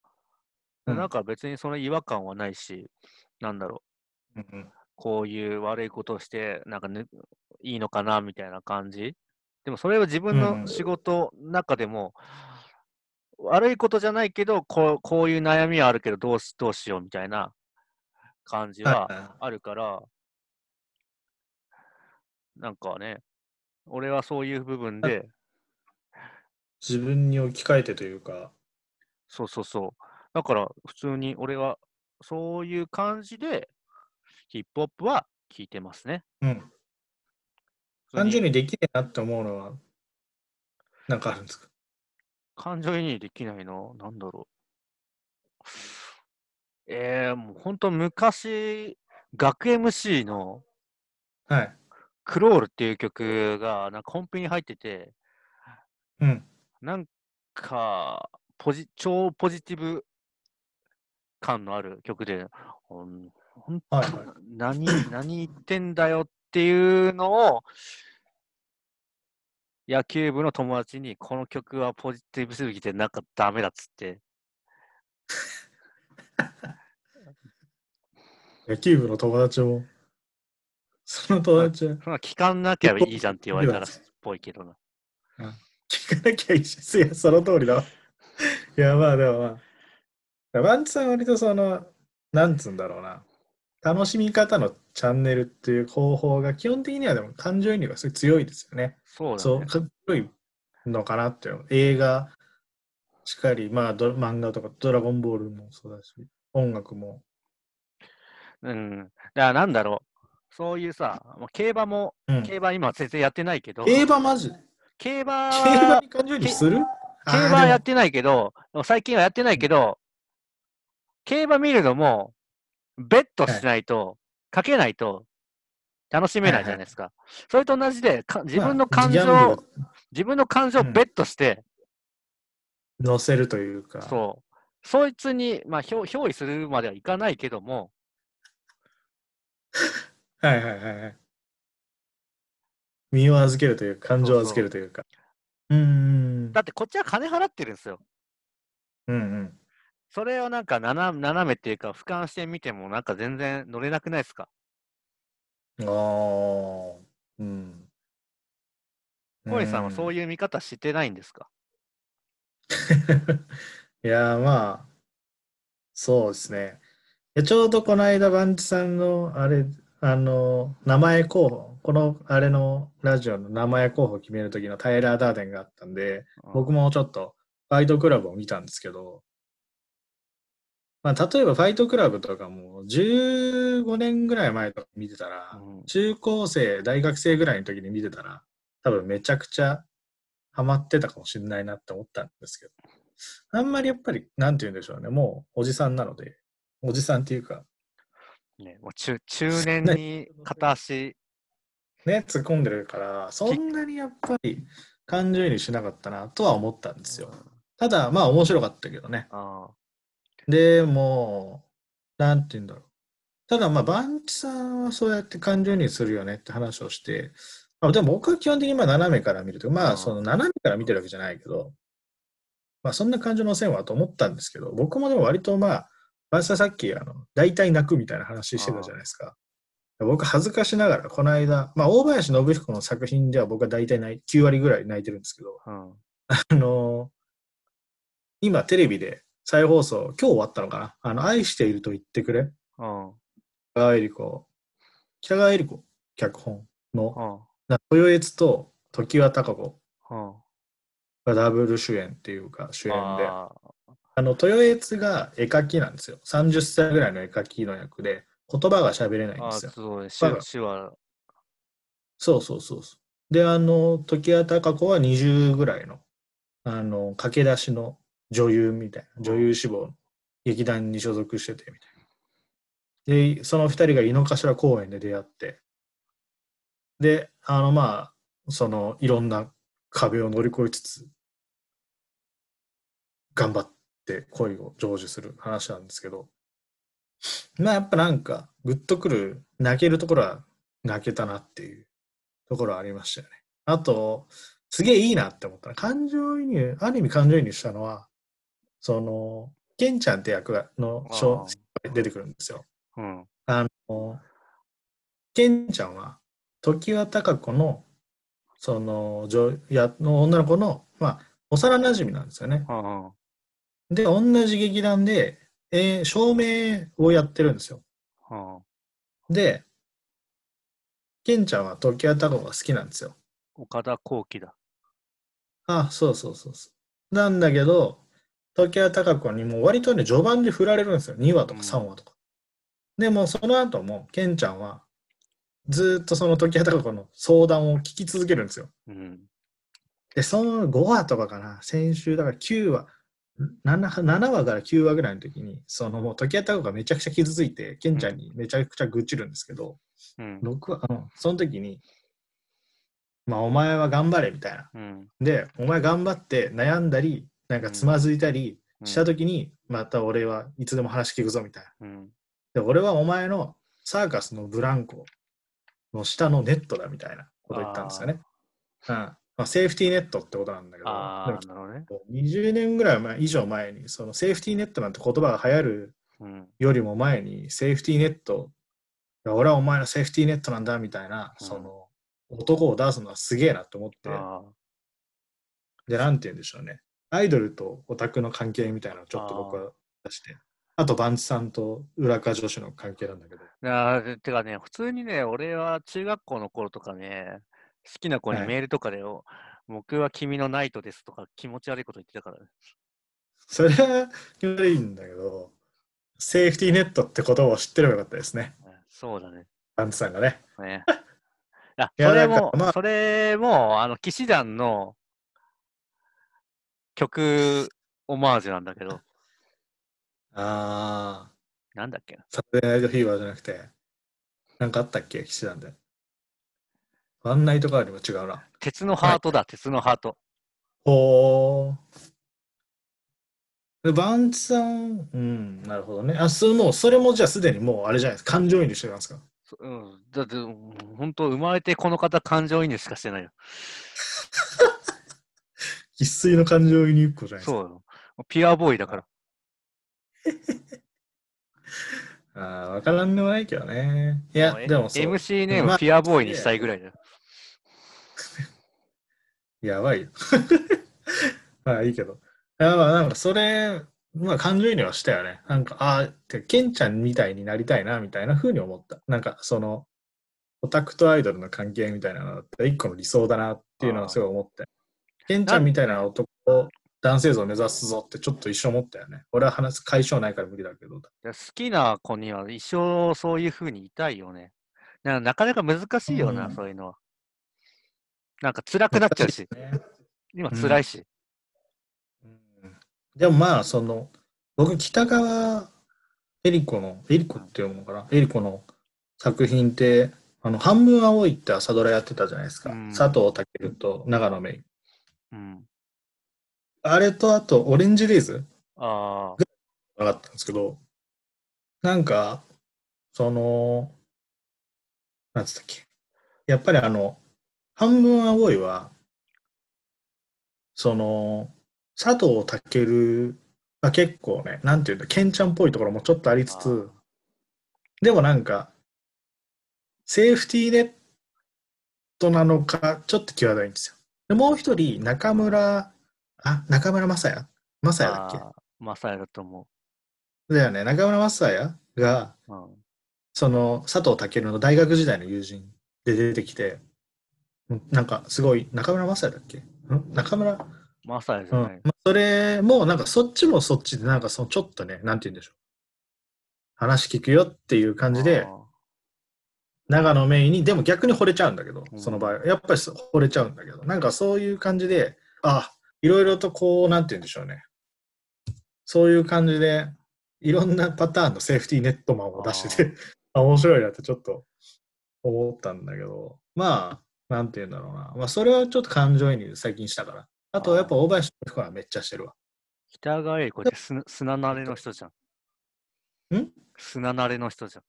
う。
うん
なんか別にその違和感はないし、なんだろう、
うんうん。
こういう悪いことをして、なんかぬいいのかなみたいな感じ。でもそれは自分
うんう
の
ん
仕事の中でも、悪いことじゃないけどこう、こういう悩みはあるけど、どうしどうしようみたいな感じは
はいはい
あるから、なんかね、俺はそういう部分で、
自分に置き換えてというか、
そうそうそう。だから、普通に俺は、そういう感じで、ヒップホップは聞いてますね。
うん、
普通
単
に
純にできねえなって思うのは、なんかあるんですか
感情移入できないの、なんだろう。えー、もう本当昔、学 MC の
はい。
クロールっていう曲が、なんかコンビに入ってて、
うん。
なんか、ポジ、超ポジティブ感のある曲で、うん本
はいはい。
何、何言ってんだよっていうのを、野球部の友達に、この曲はポジティブすぎて、なんかダメだっつって、
野球部の友達も、その友達は
そんな聞かなきゃいいじゃんって言われ たらっぽいけどな。
聞かなきゃいいし、いや、その通りだわ。いや、まあでもまあ、ワンチさんは割とその、なんつうんだろうな、楽しみ方のチャンネルっていう方法が、基本的にはでも感情移入がすごい強いですよね。
そうだ
そう、
ね。
かっこいいのかなっていう。映画しかり、まあド、漫画とか、ドラゴンボールもそうだし、音楽も。
うん。だからなんだろう。そういうさ、もう競馬も、
うん、
競馬今全然やってないけど、
競馬マジ競
競馬
馬
は、
に感情移入す
競
る
馬やっ
あーでも
てないけど、でも最近はやってないけど、競馬見るのも、ベットしないと、かけないと、楽しめないじゃないですか。それと同じで、か自分の
まあ
感
ギ
情
ャンブル
を
を、
自分の感情を
うん
ベットして、
乗せるというか。
そう。そいつに、まあ、ひょ憑依するまではいかないけども、
はいはいはいはい。身を預けるというか、感情を預けるというか。うーん
だってこっちは金払ってるんですよ。
うんうん。
それをなんか斜め斜めっていうか、俯瞰してみても、なんか全然乗れなくないですか
ああ。うん。
小西さんはそう
い
いう見方してないんですか
うん。いやー、まあ、そうですね。いやちょうどこの間、バンチさんの、あれ、あの、名前候補、この、あれのラジオの名前候補決める時のタイラー・ダーデンがあったんで、僕
も。
もちょっとファイトクラブを見たんですけど、まあ、例えばファイトクラブとかも10 15年ぐらい前とか見てたら、
うん
中高生、大学生ぐらいの時に見てたら、多分めちゃくちゃハマってたかもしれないなって思ったんですけど、あんまりやっぱり、なんて言うんでしょうね、もうおじさんなので、おじさんっていうか、
ね、もう中中年に片足、
ね、突っ込んでるから、そんなにやっぱり感情移入しなかったなとは思ったんですよ。ただ、まあ面白かったけどね。
あ
でもう、なんて言うんだろう。ただ、まあ、バンチさんはそうやって感情にするよねって話をして、まあ、でも僕は基本的にまあ斜めから見るというか、ま
うん
あ、その斜めから見てるわけじゃないけど、まあ、そんな感情の線はと思ったんですけど、僕もでも割とまあ、バンチさんさっき、あの、大体泣くみたいな話してたじゃないですか。僕、恥ずかしながら、この間、まあ、大林信彦の作品では僕は大体泣い9割ぐらい泣いてるんですけど、
あ、うん。
あのー今テレビで再放送、今日終わったのかなあの、愛していると言ってくれ。
うん。
北川恵理子。北川恵理子、脚本の、
うん。
な豊悦と常盤貴子
うん。
がダブル主演っていうか、主演で。あ
あー
の、豊悦が絵描きなんですよ。30歳ぐらいの絵描きの役で、言葉が喋れないん
あ
で
ー、
すよ。
すごい。し
だから
手話。
そうそうそうそう。で、あの、常盤貴子は20ぐらいの、あの、駆け出しの女優みたいな、女優志望の劇団に所属しててみたいな。で、その2人が井の頭公園で出会って、で、あの、まあ、その、いろんな壁を乗り越えつつ、頑張って恋を成就する話なんですけど、まあ、やっぱなんか、グッとくる、泣けるところは泣けたなっていうところはありましたよね。あと、すげえいいなって思ったの感情移入、ある意味感情移入したのは、その、ケンちゃんって役がの
あ
小
ー
出てくるんですよ。
うん。
あの、ケンちゃんは、常盤貴子の、その、女やの女の子の、まあ、幼馴染なんですよね。
うん。うん
で、同じ劇団で、えー照明をやってるんですよ。
うん。
で、ケンちゃんは常盤貴子が好きなんですよ。
岡田幸輝だ。
あ、そうそうそうそう。なんだけど、常盤貴子にもう割とね、序盤で振られるんですよ。2話と
う
か
ん
3話とか。でも、その後も、ケンちゃんは、ずーっとその常盤貴子の相談を聞き続けるんですよ。
うん。
で、その5話とかかな、先週、だから9話、7, 7話から9話ぐらいの時に、そのもう常盤貴子がめちゃくちゃ傷ついて、ケンちゃんにめちゃくちゃ愚痴るんですけど、
うん。
6話、うんその時に、まあ、お前は頑張れみたいな。
うん。
で、お前頑張って悩んだり、なんかつまずいたり
うん
したときに、また俺はいつでも話聞くぞみたいな。
うん。
で、俺はお前のサーカスのブランコの下のネットだみたいなこと言ったんですよね。うん。まあ、セーフティーネットってことなんだけど、
ああ、なるほどね。
でも20年ぐらい前以上前に、そのセーフティーネットなんて言葉が流行る
うん。
よりも前に、セーフティーネット、いや俺はお前のセーフティーネットなんだみたいな、
うん
その男を出すのはすげえなって思って、
ああ。
で、なんて言うんでしょうね。アイドルとオタクの関係みたいなのをちょっと僕は出して。あと、バンチさんと裏か女子の関係なんだけど。
いやーてかね、普通にね、俺は中学校の頃とかね、好きな子に
はい
メールとかでよ、僕は君のナイトですとか気持ち悪いこと言ってたからね。
それは気持ち悪いんだけど、セーフティーネットってことを知ってればよかったですね。
うんそうだね。
バンチさんがね。
ねあ
いや
それ
なん
も
か、まあ
それも、あの、騎士団の曲オマージュなんだけど、
ああ。
なんだっけな
サタデーナイトフィーバーじゃなくて、なんかあったっけ騎士団で。ワンナイトカーにも違うな。
鉄のハートだ、鉄のハート。
ほー。で、バンチさん、うん、なるほどね。あ、それもう、それもじゃあすでにもうあれじゃないですか。感情移入してたんですか。
そうん、だって、うん本当、生まれてこの方、感情移入しかしてないよ。
生粋の感情移入っ子じゃないですか。
そうよ。ピュアボーイだから。
ああ、わからんでもないけどね。いや、
もうえ
でもそう、
MC ネー
ま
ム、
あ
ピュアボーイにしたいぐらいだよ。
やばいよ。 まあいいけど。あまあなんかそれ、まあ感情移入はしたよね。なんか、ああ、て、ケンちゃんみたいになりたいな、みたいな風に思った。なんかその、オタクとアイドルの関係みたいなのって一個の理想だなっていうのはすごい思って。ケンちゃんみたいな男男性像を目指すぞってちょっと一生思ったよね。俺は話す解消ないから無理だけど。
いや好きな子には一生そういう風にいたいよね。ななかなか難しいよな、
うん
そういうのは。なんか辛くなっちゃうし、
ね
今辛いし。
うんでもまあ、その、僕、北川エリコの、エリコって読むのかなエリコの作品って、あの、半分青いって朝ドラやってたじゃないですか。
うん
佐藤健と長野芽
うん。
郁。あれと、あと、オレンジデイズ
あ
なかったんですけど、なんか、その、なんつったっけ。やっぱりあの、半分青いは、その、佐藤健は結構ね、なんていうんだ、ケンちゃんっぽいところもちょっとありつ
あ
つ、でもなんか、セーフティーネットなのか、ちょっと際どいんですよ。でもう一人、中村、あ、中村雅也雅也
あ。
だっけ
ああ。まさやだと思
だよね、中村正也が、
う。うん。
その佐藤健の大学時代の友人で出てきて、なんかすごい、中村正也だっけん中村、
まさやじ
う
ゃ
ん
ない。
まあそれも、なんかそっちもそっちで、なんかそのちょっとね、なんて言うんでしょう。話聞くよっていう感じで
あ、
長野メインに、でも逆に惚れちゃうんだけど
う、ん
その場合、やっぱりそう惚れちゃうんだけど、なんかそういう感じで、あ、いろいろとこう、なんて言うんでしょうね。そういう感じで、いろんなパターンのセーフティーネットマンを出してて、あ 面白いなってちょっと思ったんだけど、まあ、なんて言うんだろうな。まあ、それはちょっと感情移入最近したから。あと、やっぱ大林とかはめっちゃしてるわ。
北川栄子ってす砂慣れの人じゃん。
ん
砂慣れの人じゃん。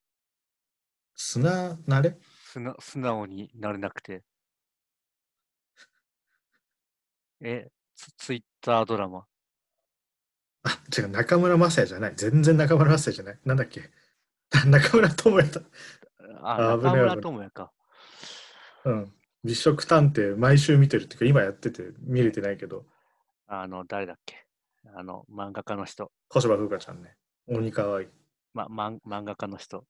砂慣れ
すな素直になれなくて。え、ツツイッタードラマ。
あ、違う、中村正也じゃない。全然中村正也じゃない。なんだっけ 中村智也だ。
あ、
あ危ね
中
え
村
危ねえ
智也か。
うん。美食探偵、毎週見てるっていうか、今やってて見れてないけど、
あの、誰だっけあの、漫画家の人。
小芝風花ちゃんね。鬼かわいい。
ま、まん漫画家の人。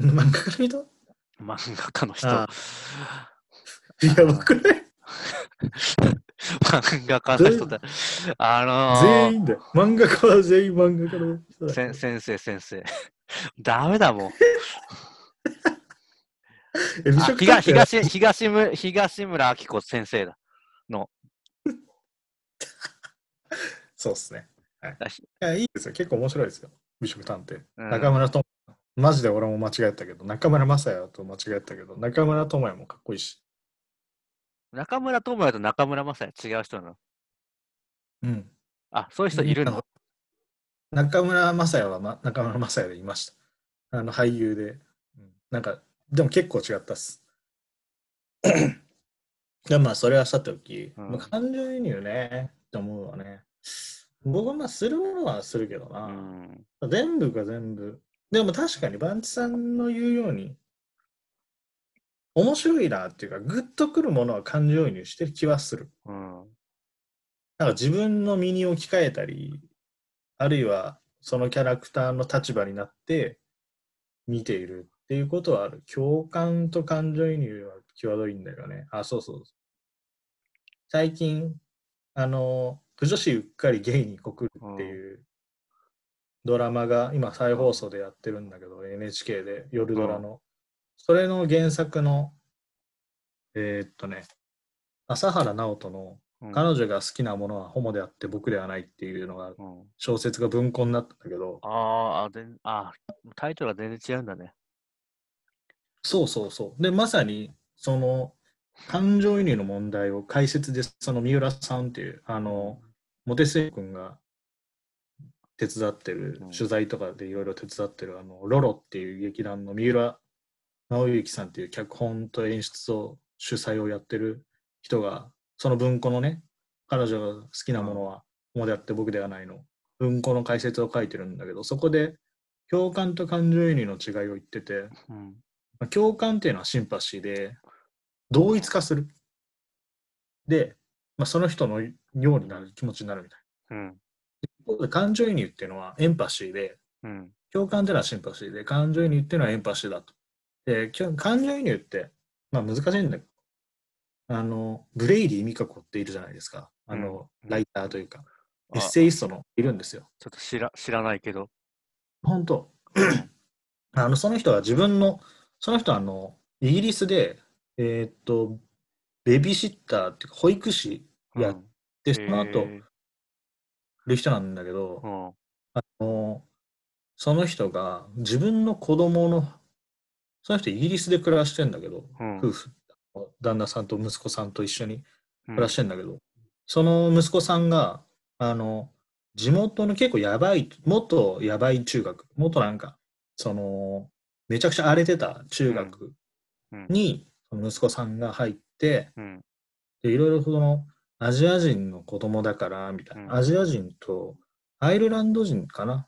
漫画家の人
漫画家の人。
あいや、僕ね、
漫画家の人だ。あの
全員だよ。漫画家は全員漫画家の人
ー、
だ
せん
よ。
先生、先生。 ダメだもん。
え、美
あ
食探
東
偵は
東東村東村明子先生だ。
そうっすね。はい
だし、
いや、いいですよ。結構面白いですよ。美食探偵。
うん
中村智也。マジで俺も間違えたけど、中村正也と間違えたけど、中村智也もかっこいいし。
中村智也と中村雅也違う人なの。
うん。
あ、そういう人いるの。
中村正也は、ま、中村正也でいました。あの俳優で。うんなんか、でも結構違ったっす。 でまあ、それはさておき、
うん
まあ、感情移入ね、って思うわね。僕はまあ、するものはするけど
う
な。
ん。
全部が全部。でも確かに、バンチさんの言うように、面白いなっていうか、グッとくるものは感情移入してる気はする。
うん。
なんか自分の身に置き換えたり、あるいはそのキャラクターの立場になって見ているっていうことはある。共感と感情移入は際どいんだよね。あ、そうそうそう。最近、あの、不女子うっかりゲイに告るっていうドラマが今再放送でやってるんだけど、NHK で夜ドラの。それの原作の、えーっとね、朝原直人の
うん
彼女が好きなものはホモであって僕ではないっていうのが
うん、
小説が文庫になったんだけど
あーあ、であ、タイトルは全然違うんだね。
そうそうそうでまさにその感情移入の問題を解説でその三浦さんっていうあのモテセイ君が手伝ってる
うん
取材とかでいろいろ手伝ってるあのロロっていう劇団の三浦直之さんっていう脚本と演出を主催をやってる人がその文庫のね彼女が好きなものはホモであって僕ではないの文庫の解説を書いてるんだけどそこで共感と感情移入の違いを言ってて、
うん。
まあ共感っていうのはシンパシーで同一化するで、まあ、その人のようになる気持ちになるみたい
うん。
な一方で感情移入っていうのはエンパシーで
うん。
共感っていうのはシンパシーで感情移入っていうのはエンパシーだとできょ感情移入って、まあ、難しいんだけどあの、ブレイリー・ミカコっているじゃないですか。あの、
うん
ライターというか、
あ
エッ
ちょ
セイストのいるんですよ。
っと知ら知らないけど。
本当あの、その人は自分の、その人はあの、イギリスで、えーっと、ベビーシッターっていうか、保育士
うん
やで、その後、
へ
いる人なんだけど、
ーうん
あのその人が自分の子供のその人イギリスで暮らしてんだけど、
うん
夫婦旦那さんと息子さんと一緒に
うん
暮らしてんだけど、その息子さんがあの地元の結構やばい元やばい中学元なんかそのめちゃくちゃ荒れてた中学
うん
に、その息子さんが入って、
うん
でいろいろそのアジア人の子供だからみたいな、
うん
アジア人とアイルランド人かな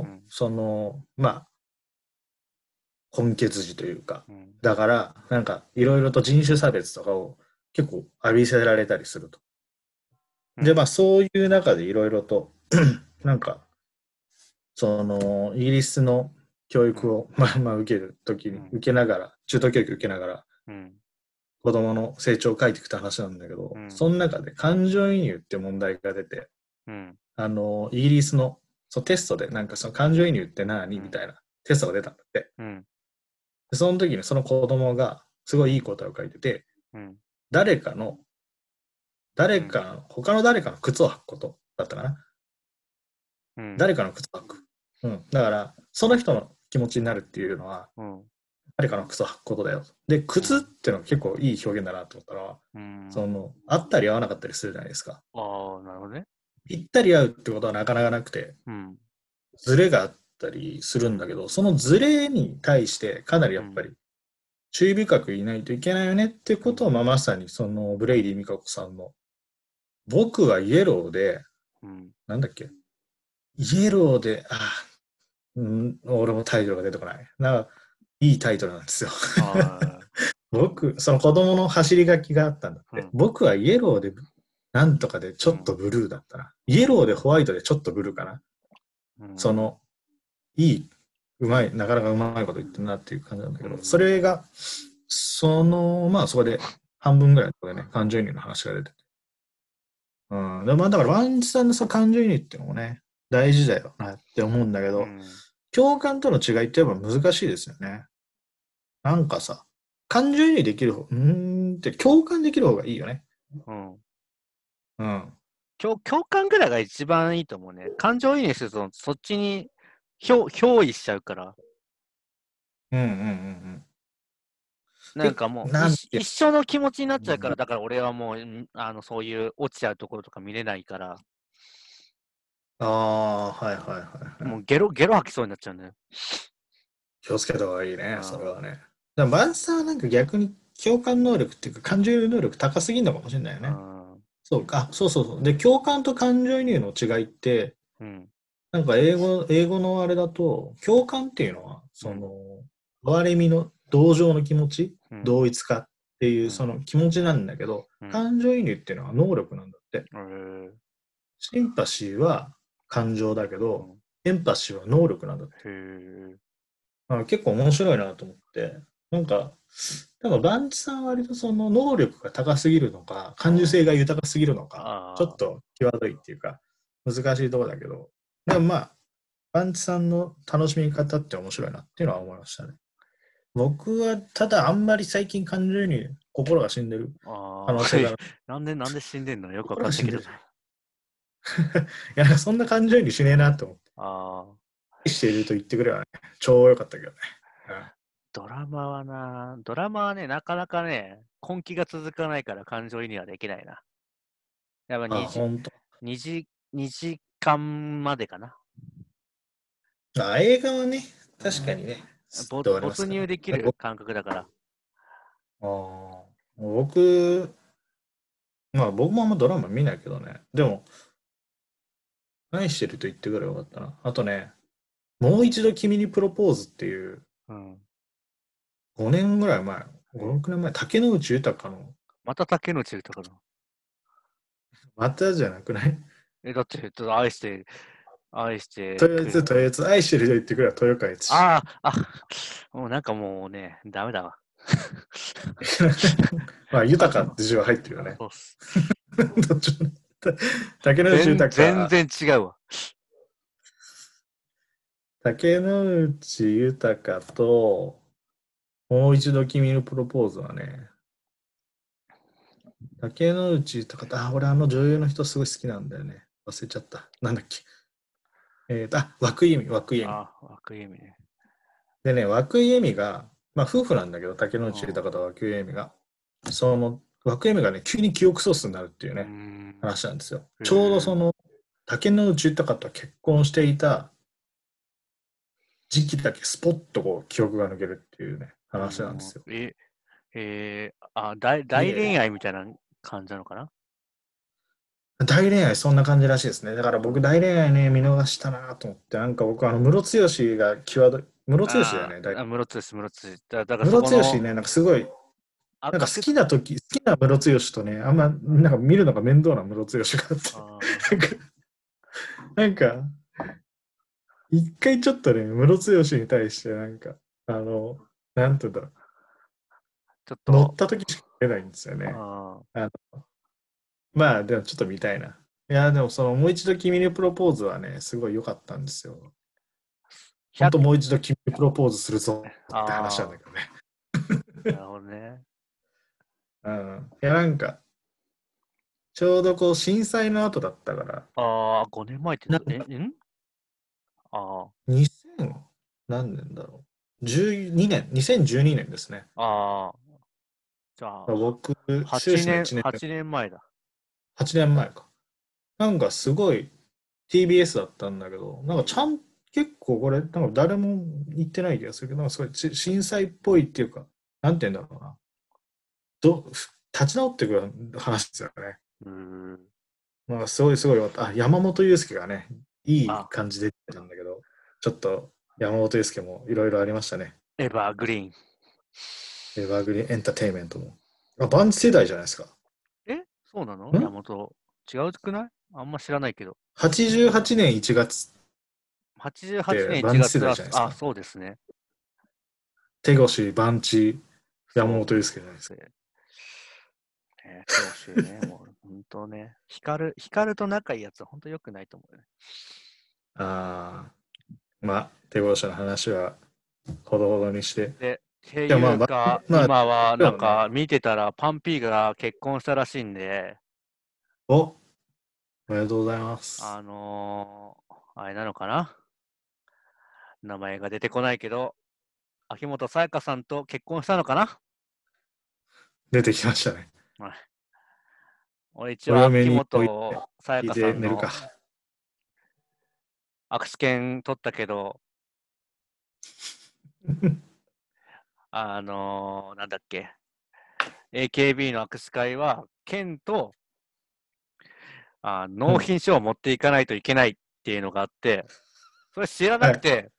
うん
そのまあ根血児というか
うん
だからなんかいろいろと人種差別とかを結構浴びせられたりすると。でまあそういう中でいろいろと なんかそのイギリスの教育を、 まあまあ受ける時に
うん
受けながら中等教育受けながら
うん
子供の成長を書いていくって話なんだけど、
うん
その中で感情移入って問題が出て、
うん
あの、イギリスのそうテストで、なんかその感情移入って何
うん
みたいなテストが出たんだって。
うん
でその時にその子供がすごいいい答えを書いてて、
うん
誰かの、誰か、他の誰かの靴を履くことだったかな。
うん
誰かの靴を履く。うん。だから、その人の気持ちになるっていうのは、
うん
誰かの靴を履くことだよ。で、靴っていうのが結構いい表現だなと思ったのは、
うん
その、合ったり合わなかったりするじゃないですか。
ああ、なるほどね。
ぴったり合うってことはなかなかなくて、
うん。
ズレがあったりするんだけど、そのズレに対してかなりやっぱり注意深くいないといけないよねってことを、まあ、まさにそのブレイディ・ミカコさんの「僕はイエローで、
うん。
なんだっけイエローで、あーうん、俺もタイトルが出てこない。なんかいいタイトルなんですよ。
ああ、
僕、その子供の走り書きがあったんだって。
うん
僕はイエローで、なんとかでちょっとブルーだったな。イエローでホワイトでちょっとブルーかな。
うん
その、いい、うまい、なかなかうまいこと言ってるなっていう感じなんだけ
う
ど、
ん
それが、その、まあそこで半分ぐらいのところでね、感情移入の話が出てて。うん。でまあだから、ワンチさんのその感情移入っていうのもね、大事だよなって思うんだけど、
うん
共感との違いってやっぱ難しいですよね。なんかさ、感情移入できる方、うーんって共感できる方がいいよね。
うん
うん。
共共感ぐらいが一番いいと思うね。感情移入すると、そっちに憑憑依しちゃうから、
うんうんうん
なんかもう
なん
一、一緒の気持ちになっちゃうか
う
ら、だから俺はもう、んあのそういう落ちちゃうところとか見れないから、
うん。ああ、はいはいはい、はい。
もうゲロ、ゲロ吐きそうになっちゃうんだよ。
気をつけた方がいいね
う、ん
それはね。でもバンサーはなんか逆に共感能力っていうか感情移入能力高すぎるのかもしれないよ
う
ね。
ん。
そうか、あそうそうそう。で、共感と感情移入の違いって、
うん。
なんか英語、英語のあれだと、共感っていうのは、その、哀れみの同情の気持ち、
うん
同一化っていううんその気持ちなんだけど、
うん
感情移入っていうのは能力なんだって。
うん
シンパシーは感情だけど、エンパシーは能力なんだって
へえ。
あ結構面白いなと思って、なんか、多分バンチさんは割とその能力が高すぎるのか、感受性が豊かすぎるの
あ
か
ー、
ちょっと際どいっていうか、難しいところだけど、でもまあ、バンチさんの楽しみ方って面白いなっていうのは思いましたね。僕はただあんまり最近感情に心が死んでる
あ
可能性があ
あ
る。。
なんで、なんで死んでんのよくわかんないけど
心が死んで。いや、なんかそんな感情にしねえなって思って、
ああ。
愛していると言ってくればね、超良かったけどね。
ドラマはな、ドラマはね、なかなかね、根気が続かないから感情移入はできないな。やっぱ
あ、
2時
ほんと。
2時 ,2 時間までかな。
あ映画はね、確かにね。
ぼ
ずっとありま
没
すから
入できる感覚だから。
ああ、僕、まあ僕もあんまドラマ見ないけどね。でも、何してると言ってくればよかったな。あとね、もう一度君にプロポーズっていう、
うん、
5年ぐらい前、5、6年前、竹野内豊の、
また竹野内豊かな。
またじゃなくない
え、だって、ちょっと愛して、愛して
と
く
り
れ
あえ
る。
ず、とりあえず、愛してると言ってくれば豊川悦司。
ああ、あもうなんかもうね、ダメだわ。
まあ、豊かって字は入って るよね。
そうっす
どっちもね。竹野内
全
豊か。
全然違うわ。
竹野内豊と、もう一度君のプロポーズはね、竹野内豊と、あ、俺あの女優の人すごい好きなんだよね。忘れちゃった。なんだっけ。えーと、あ、涌井絵美、涌井絵美。
あ、枠意味ね。
でね、涌井絵美が、まあ夫婦なんだけど、竹野内豊と涌井絵美が。その、涌井絵美がね、急に記憶喪失になるっていう
うー
ね、
ん。
話なんですよ。
うん
ちょうどその、竹野内豊と結婚していた時期だけスポッとこう記憶が抜けるっていうね、話なんですよ。
うーん。え、えーあ大、大恋愛みたいな感じなのかな
大恋愛、そんな感じらしいですね。だから僕、大恋愛ね、見逃したなと思って、なんか僕、あの、ムロツヨシが際どい、ムロツヨシだよね、大
ああムロツヨシ、ムロツヨシ。だだから
ム
そ
ロ
こ
ツヨシ
の、
ね、なんかすごい、
あ
なんか好きな時、好きなムロツヨシとね、あんま、なんか見るのが面倒なムロツヨシがあって。
あ
なんか、一回ちょっとね、ムロツヨシに対して、なんか、あの、なんて言うんだろう、
ちょっ
乗
と
っ、た時しか出ないんですよね。
あ
まあ、でもちょっと見たいな。いや、でもその、もう一度君にプロポーズはね、すごい良かったんですよ。
ー
本当もう一度君にプロポーズするぞって話なんだけどね。
100なるほどね。
うん。いや、なんか、ちょうどこう、震災の後だったから、
ああ、5年前って
な
な、え、んあ
2000、何年だろう。12年、2012年ですね。
あ、ああ。じゃあ、
僕、修士の
8
1
年、
年目
八年前だ。
8年前か。なんかすごい TBS だったんだけど、なんかちゃん、結構これ、なんか誰も言ってない気がするけど、なんかすごいち震災っぽいっていうか、なんて言うんだろうな。ど立ち直ってくる話ですよね。
うーん。
なんかすごいすごいよかった。あ、山本裕介がね、いい
あ
感じで出てたんだけど、ちょっと山本裕介もいろいろありましたね。
エバーグリーン。
エバーグリーンエンターテインメントも。あ、バンチ世代じゃないですか。
えそうなの
ん
山本。違うくないあんま知らないけど。
88年1月、
88年
で
1
バンチ
月
世代
は
じゃないです、か
あ、そうですね。
手越バンチ山本裕介じゃないです
そ
か。
うですね。ねそうですよね。もう、本当ね。光、光と仲いいやつは本当良くないと思うよね。
ああ、まあ、手殺しの話はほどほどにして。
ってい
やまあ
うか、
まあ
今はなん
そうだ
か見てたら、パンピーが結婚したらしいんで、
おおめでとうございます。
あのー、あれなのかな名前が出てこないけど、秋元才加さんと結婚したのかな
出てきましたね。
俺一応
お嫁
秋
に
元才
聞い
加
て
さん
寝る
の
か。
握手券取ったけど、あのー、なんだっけ、AKB の握手会は、県とあ納品書を持っていかないといけないっていうのがあって、それ知らなくて、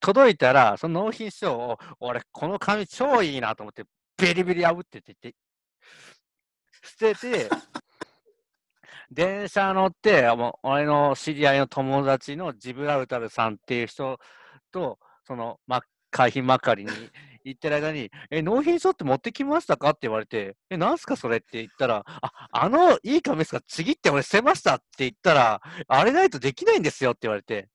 届いたら、その納品書を、俺、この紙超いいなと思って、ビリビリ破ってって言って、捨てて、電車乗って、あもう俺の知り合いの友達のジブラルタルさんっていう人と、その、ま、会費まかりに行ってる間に、え、納品書って持ってきましたかって言われて、え、なんすかそれって言ったら、あ、あのいい紙ですかちぎって俺捨てましたって言ったら、あれないとできないんですよって言われて、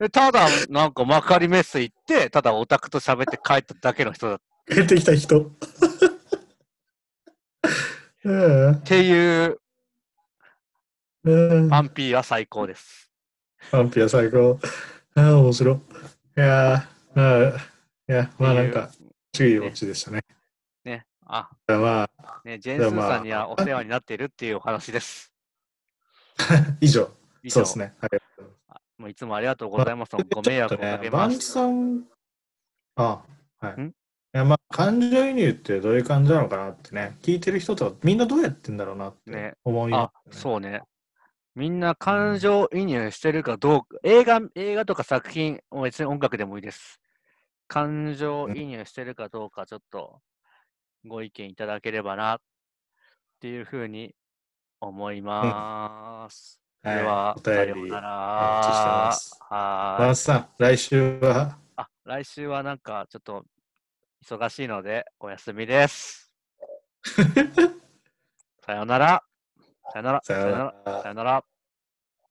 でただ、なんかまかりメス行って、ただオタクと喋って帰っただけの人 だっ
出てきた人。 うん
ていう、
うん
パンピーは最高です。
パンピア最高。ああ、面白い。いやー、まあ、いや、まあなんか、注意落ちでしたね。
ね。あ、
まあ、
ね、ジェーンスーさんにはお世話になっているっていうお話です。
以上、
以
そう
上
ですね。はい
もういつもありがとうございます。ご迷惑をかけ
バ
ま
ンチ
す。
さん、あはい。
ん
いや、まあ、感情移入ってどういう感じなのかなってね、聞いてる人とかみんなどうやってんだろうなっ
ね
て思いま
あ、
す、
そうね。みんな感情移入してるかどうか、映画、映画とか作品、別に音楽でもいいです。感情移入してるかどうか、ちょっとご意見いただければな、っていうふうに思います。それは、
お
さよ
便
う
り
なら。
お待ちしてます真
は。
夏さん、来週はい
あ、来週はなんか、ちょっと、忙しいので、お休みです。さようなら。さようなら。
さようなら
さようなら。